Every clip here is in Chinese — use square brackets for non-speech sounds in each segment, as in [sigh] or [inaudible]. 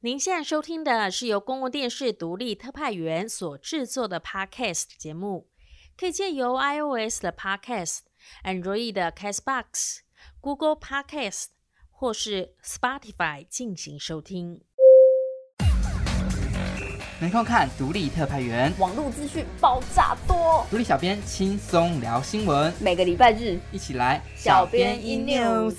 您现在收听的是由公共电视独立特派员所制作的 Podcast 节目，可以借由 iOS 的 Podcast、Android 的 Castbox、Google Podcast 或是 Spotify 进行收听。没空看独立特派员，网络资讯爆炸多，独立小编轻松聊新闻，每个礼拜日，一起来小编 in news。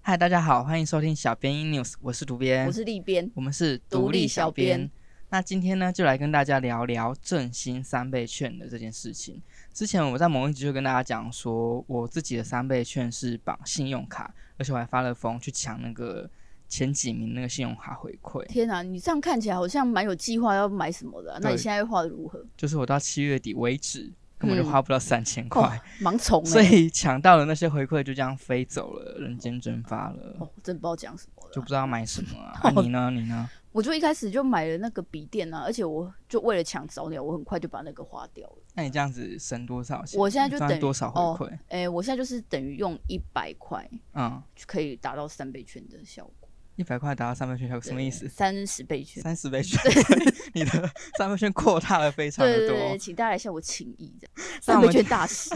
嗨，大家好，欢迎收听小编 in news，我是独编，我是立边，我们是独立小编。那今天呢，就来跟大家聊聊振兴三倍券的这件事情。之前我在某一集就跟大家讲说，我自己的三倍券是绑信用卡，而且我还发了疯去抢那个前几名那个信用卡回馈。天啊，你这样看起来好像蛮有计划要买什么的啊、那你对现在花的如何？就是我到七月底为止，根本就嗯花不到三千块。盲从所哎、以抢到的那些回馈就这样飞走了，人间蒸发了，哦，真不知道讲什么就了不。知道买什么 [laughs] 啊。啊你呢？你呢？我就一开始就买了那个笔电啊，而且我就为了抢早鸟，我很快就把那个花掉了。那你这样子省多少钱？我现在就赚等于多少回馈？哎、我现在就是等于用一百块嗯，就可以达到三倍券的效果。一百块达到三倍券效果什么意思？三十倍券。三十倍券， [laughs] 你的三倍券扩大了非常对的对对，多。请大家来向我请益，这样那三我倍们券大师。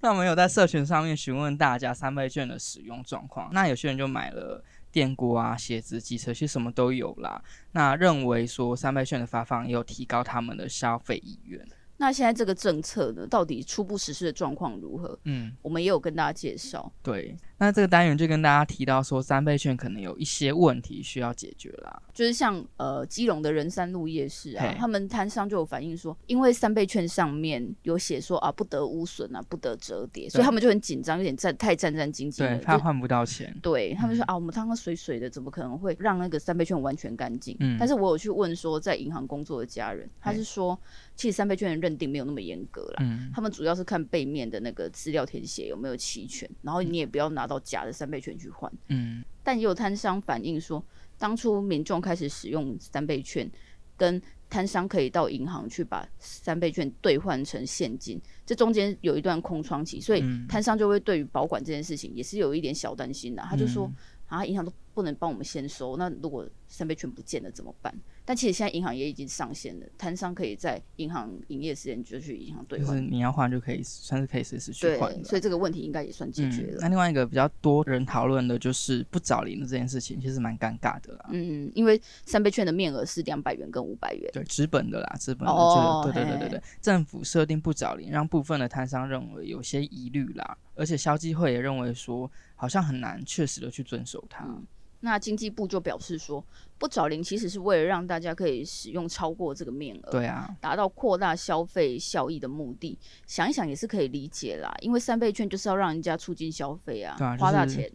那我们有在社群上面询问大家三倍券的使用状况，那有些人就买了电锅啊、鞋子、机车，其实什么都有啦。那认为说三倍券的发放也有提高他们的消费意愿。那现在这个政策呢，到底初步实施的状况如何？嗯，我们也有跟大家介绍。对，那这个单元就跟大家提到说，三倍券可能有一些问题需要解决啦。就是像呃基隆的仁山路夜市啊嘿，他们摊商就有反映说，因为三倍券上面有写说啊不得污损啊，不得折叠，所以他们就很紧张，有点战太战战兢兢对，了。怕就换不到钱。对他们说啊，我们汤汤水水的，怎么可能会让那个三倍券完全干净？嗯但是我有去问说，在银行工作的家人，他是说，其实三倍券的认定没有那么严格啦，嗯，他们主要是看背面的那个资料填写有没有齐全，然后你也不要拿到假的三倍券去换。嗯，但也有摊商反映说，当初民众开始使用三倍券，跟摊商可以到银行去把三倍券兑换成现金，这中间有一段空窗期，所以嗯摊商就会对于保管这件事情也是有一点小担心的、他就嗯说、啊，银行都不能帮我们先收，那如果三倍券不见了怎么办？但其实现在银行也已经上线了，摊商可以在银行营业时间就去银行兑就是换。你要换就可以，算是可以随时去对换，的所啦。以这个问题应该也算解决嗯，了。那另外一个比较多人讨论的就是不找零的这件事情，其实蛮尴尬的啦。嗯，因为三倍券的面额是两百元跟五百元。对，纸本的啦，纸本的就、哦对对对对嘿对，政府设定不找零，让部分的摊商认为有些疑虑啦，而且消基会也认为说，好像很难确实的去遵守它。嗯那经济部就表示说，不找零其实是为了让大家可以使用超过这个面额，对啊，达到扩大消费效益的目的。想一想也是可以理解啦，因为三倍券就是要让人家促进消费啊，对啊就是花 [laughs] 大钱，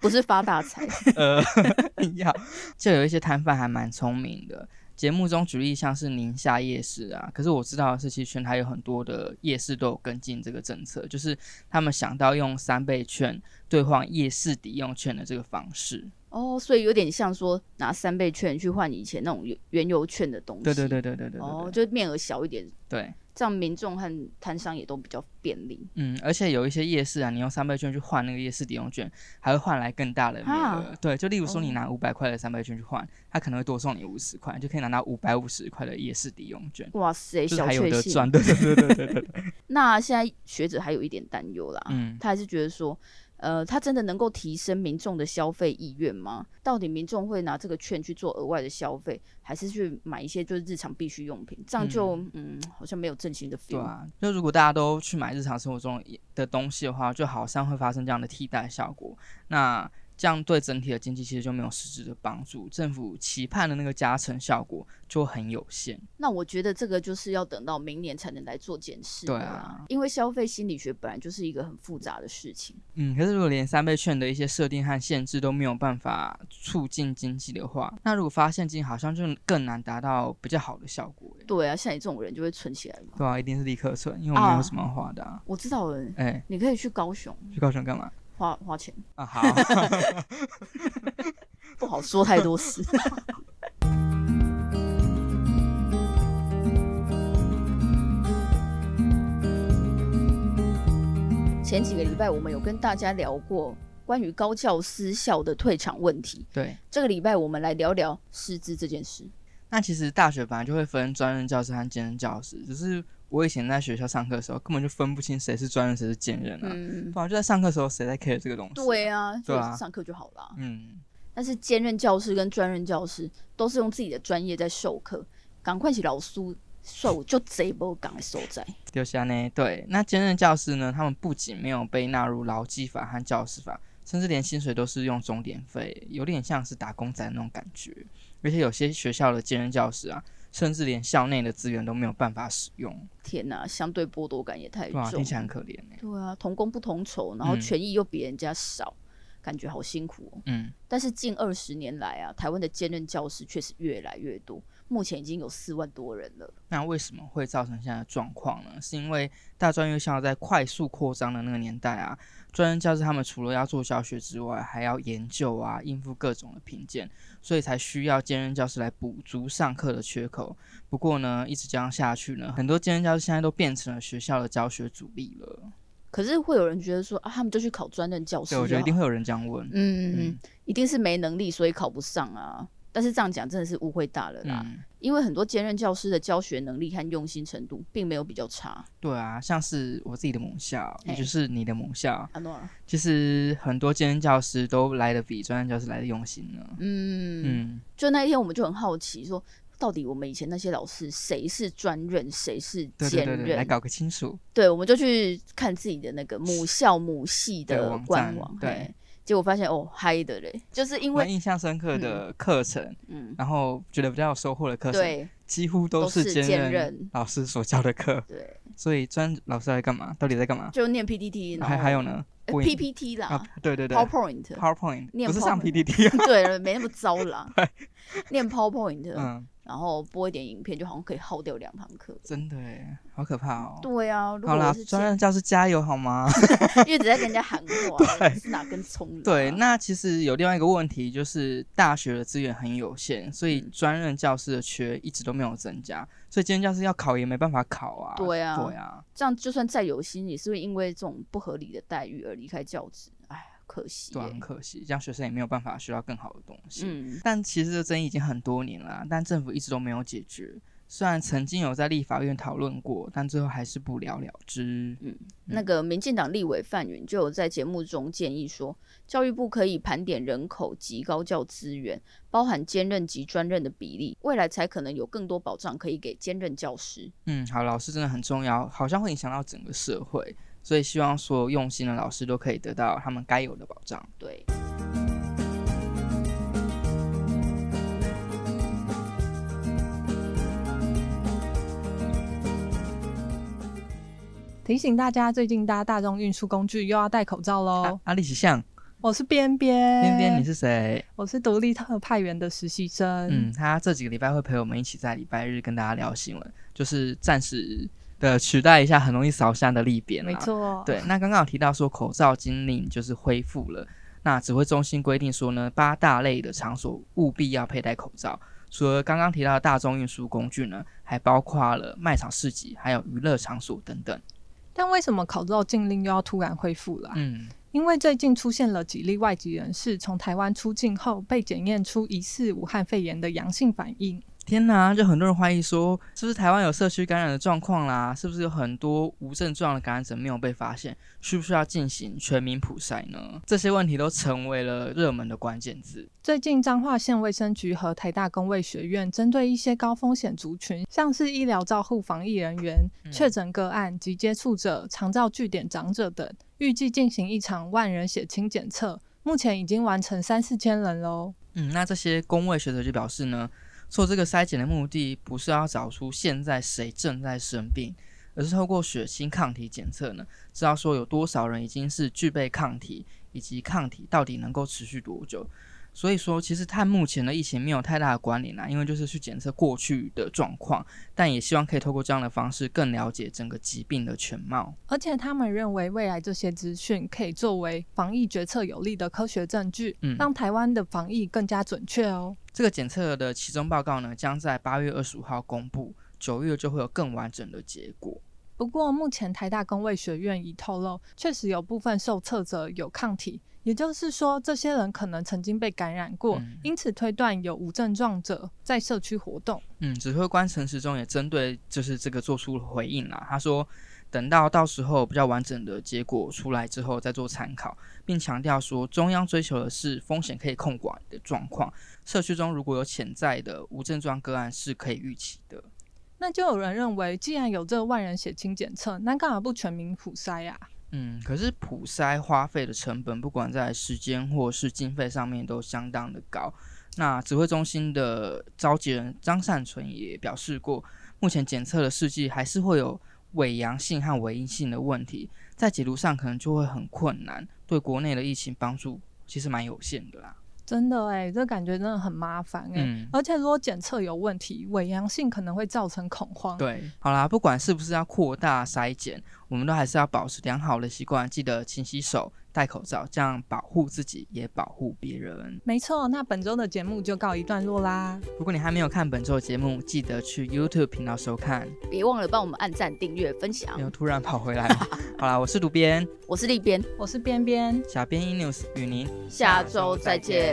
不是发大财。呃，要就 [laughs] 有一些摊贩还蛮聪明的。节目中举例像是宁夏夜市啊，可是我知道的是，其实全台有很多的夜市都有跟进这个政策，就是他们想到用三倍券兑换夜市抵用券的这个方式。哦，所以有点像说拿三倍券去换以前那种原原油券的东西，对对对对对对对哦，对就面额小一点，对，这样民众和摊商也都比较便利。嗯，而且有一些夜市啊，你用三倍券去换那个夜市抵用券，还会换来更大的面额啊。对，就例如说哦你拿五百块的三倍券去换，他可能会多送你五十块，就可以拿到五百五十块的夜市抵用券，哇塞，就是小还有确得幸赚。。对对对对对对对，那现在学者还有一点担忧啦，嗯。他还是觉得说，呃，他真的能够提升民众的消费意愿吗？到底民众会拿这个券去做额外的消费，还是去买一些就是日常必需用品？这样就嗯好像没有振兴的 feel。对啊，就如果大家都去买日常生活中的东西的话，就好像会发生这样的替代效果。那这样对整体的经济其实就没有实质的帮助，政府期盼的那个加成效果就很有限。那我觉得这个就是要等到明年才能来做检视的对啦啊因为消费心理学本来就是一个很复杂的事情。嗯，可是如果连三倍券的一些设定和限制都没有办法促进经济的话，那如果发现金好像就更难达到比较好的效果欸耶。对啊，像你这种人就会存起来嘛。对啊，一定是立刻存，因为我没有什么花的、啊。我知道了，哎、你可以去高雄去高雄干嘛？花花钱，啊， [laughs] 好，不好说太多事。 [laughs] 前几个礼拜我们有跟大家聊过关于高教私校的退场问题。对，这个礼拜我们来聊聊师资这件事。那其实大学本来就会分专任教师和兼任教师，只是我以前在学校上课的时候，根本就分不清谁是专任谁是兼任啊。嗯，反正就在上课的时候，谁在 care 这个东西、对，啊，对就啊上课就好啦。嗯，但是兼任教师跟专任教师都是用自己的专业在授课，赶快去老师算 [laughs] 我就贼不赶来受在。丢下呢。对，那兼任教师呢，他们不仅没有被纳入劳基法和教师法，甚至连薪水都是用钟点费，有点像是打工仔那种感觉。而且有些学校的兼任教师啊，甚至连校内的资源都没有办法使用，天哪、相对剥夺感也太对啊，重听起来很可怜呢。对啊，同工不同酬，然后嗯权益又比人家少，感觉好辛苦哦。嗯，但是近二十年来啊，台湾的兼任教师确实越来越多，目前已经有四万多人了。那为什么会造成现在的状况呢？是因为大专院校在快速扩张的那个年代啊，专任教师他们除了要做教学之外，还要研究啊，应付各种的评鉴，所以才需要兼任教师来补足上课的缺口。不过呢，一直这样下去呢，很多兼任教师现在都变成了学校的教学主力了。可是会有人觉得说啊，他们就去考专任教对，师就好，我觉得一定会有人这样问。嗯，嗯嗯哦嗯，一定是没能力，所以考不上啊。但是这样讲真的是误会大了啦，嗯，因为很多兼任教师的教学能力和用心程度并没有比较差。对啊，像是我自己的母校，也嘿就是你的母校，阿诺尔，啊其实很多兼任教师都来的比专任教师来的用心呢。嗯，嗯就那一天我们就很好奇说。到底我们以前那些老师谁是专任，谁是对兼对任？对对，来搞个清楚。对，我们就去看自己的那个母校母系对的网官站网，对嘿，结果发现哦嗨的嘞，就是因蛮为印象深刻的课程，嗯，然后觉得比较有收获的课程，对几乎都都是是兼兼任任老师所教的课。对，所以专老师在干嘛？到底在干嘛？就念 PPT，然还后还有呢呃，Win- PPT 啊啦，对对对，PowerPoint， ，PowerPoint 念不是上 PowerPoint PPT 啊。对了，没那么糟啦， [laughs] 念 PowerPoint，嗯，然后播一点影片，就好像可以耗掉两堂课。真的耶，好可怕哦。对啊，如果好啦我是，兼专任教师加油好吗？ [laughs] 因为只在跟人家喊话，是哪根葱了啊？对，那其实有另外一个问题，就是大学的资源很有限，所以嗯专任教师的缺一直都没有增加，所以兼任教师要考也没办法考啊。对啊对啊，这样就算再有心，也是会因为这种不合理的待遇而离开教职。哎，可惜对啊，很耶。可惜，这样学生也没有办法学到更好的东西。嗯，但其实这争议已经很多年了啊，但政府一直都没有解决。虽然曾经有在立法院讨论过，但最后还是不了了之。那个民进党立委范云就有在节目中建议说，教育部可以盘点人口及高教资源，包含兼任及专任的比例，未来才可能有更多保障可以给兼任教师。嗯，好，老师真的很重要，好像会影响到整个社会，所以希望所有用心的老师都可以得到他们该有的保障。对，提醒大家，最近搭大众运输工具又要戴口罩喽。啊阿力奇像，我是边边，边边你是谁？我是独立特派员的实习生。嗯，他这几个礼拜会陪我们一起在礼拜日跟大家聊新闻，就是暂时的取代一下很容易扫瞎的利边、啊。没。错，，对，那刚刚有提到说口罩禁令就是恢复了，那指挥中心规定说呢，八大类的场所务必要佩戴口罩。除了刚刚提到的大众运输工具呢，还包括了卖场、市集，还有娱乐场所等等。但为什么口罩禁令又要突然恢复了啊、嗯，因为最近出现了几例外籍人士从台湾出境后被检验出疑似武汉肺炎的阳性反应。天哪，就很多人怀疑说，是不是台湾有社区感染的状况啦？是不是有很多无症状的感染者没有被发现？需不需要进行全民普筛呢？这些问题都成为了热门的关键字。最近彰化县卫生局和台大工卫学院针对一些高风险族群，像是医疗照护防疫人员、确诊个案及接触者、长照据点长者等，预计进行一场万人血清检测，目前已经完成三四千人喽。嗯，那这些工位学者就表示呢，做这个筛检的目的不是要找出现在谁正在生病，而是透过血清抗体检测呢，知道说有多少人已经是具备抗体，以及抗体到底能够持续多久。所以说，其实和目前的疫情没有太大的关联啦、啊因为就是去检测过去的状况，但也希望可以透过这样的方式更了解整个疾病的全貌。而且他们认为，未来这些资讯可以作为防疫决策有力的科学证据，嗯让台湾的防疫更加准确哦。这个检测的其中报告呢，将在八月二十五号公布，九月就会有更完整的结果。不过，目前台大工卫学院已透露，确实有部分受测者有抗体，也就是说，这些人可能曾经被感染过，嗯因此推断有无症状者在社区活动。嗯，指挥官陈时中也针对就是这个做出了回应啦。他说，等到到时候比较完整的结果出来之后再做参考，并强调说，中央追求的是风险可以控管的状况，社区中如果有潜在的无症状个案是可以预期的。那就有人认为，既然有这万人血清检测，那干嘛不全民普筛啊？嗯，可是普筛花费的成本，不管在时间或是经费上面都相当的高。那指挥中心的召集人张善存也表示过，目前检测的试剂还是会有伪阳性和伪阴性的问题，在解读上可能就会很困难，对国内的疫情帮助其实蛮有限的啦。真的哎、这感觉真的很麻烦哎、嗯，而且如果检测有问题，伪阳性可能会造成恐慌。对，好啦，不管是不是要扩大筛检，我们都还是要保持良好的习惯，记得勤洗手、戴口罩，这样保护自己也保护别人。没错，那本周的节目就告一段落啦。如果你还没有看本周的节目，记得去 YouTube 频道收看。别忘了帮我们按赞、订阅、分享没。有突然跑回来吗？好啦，我是渡边我是立边，我是边边，小编 e news 与您下周再见。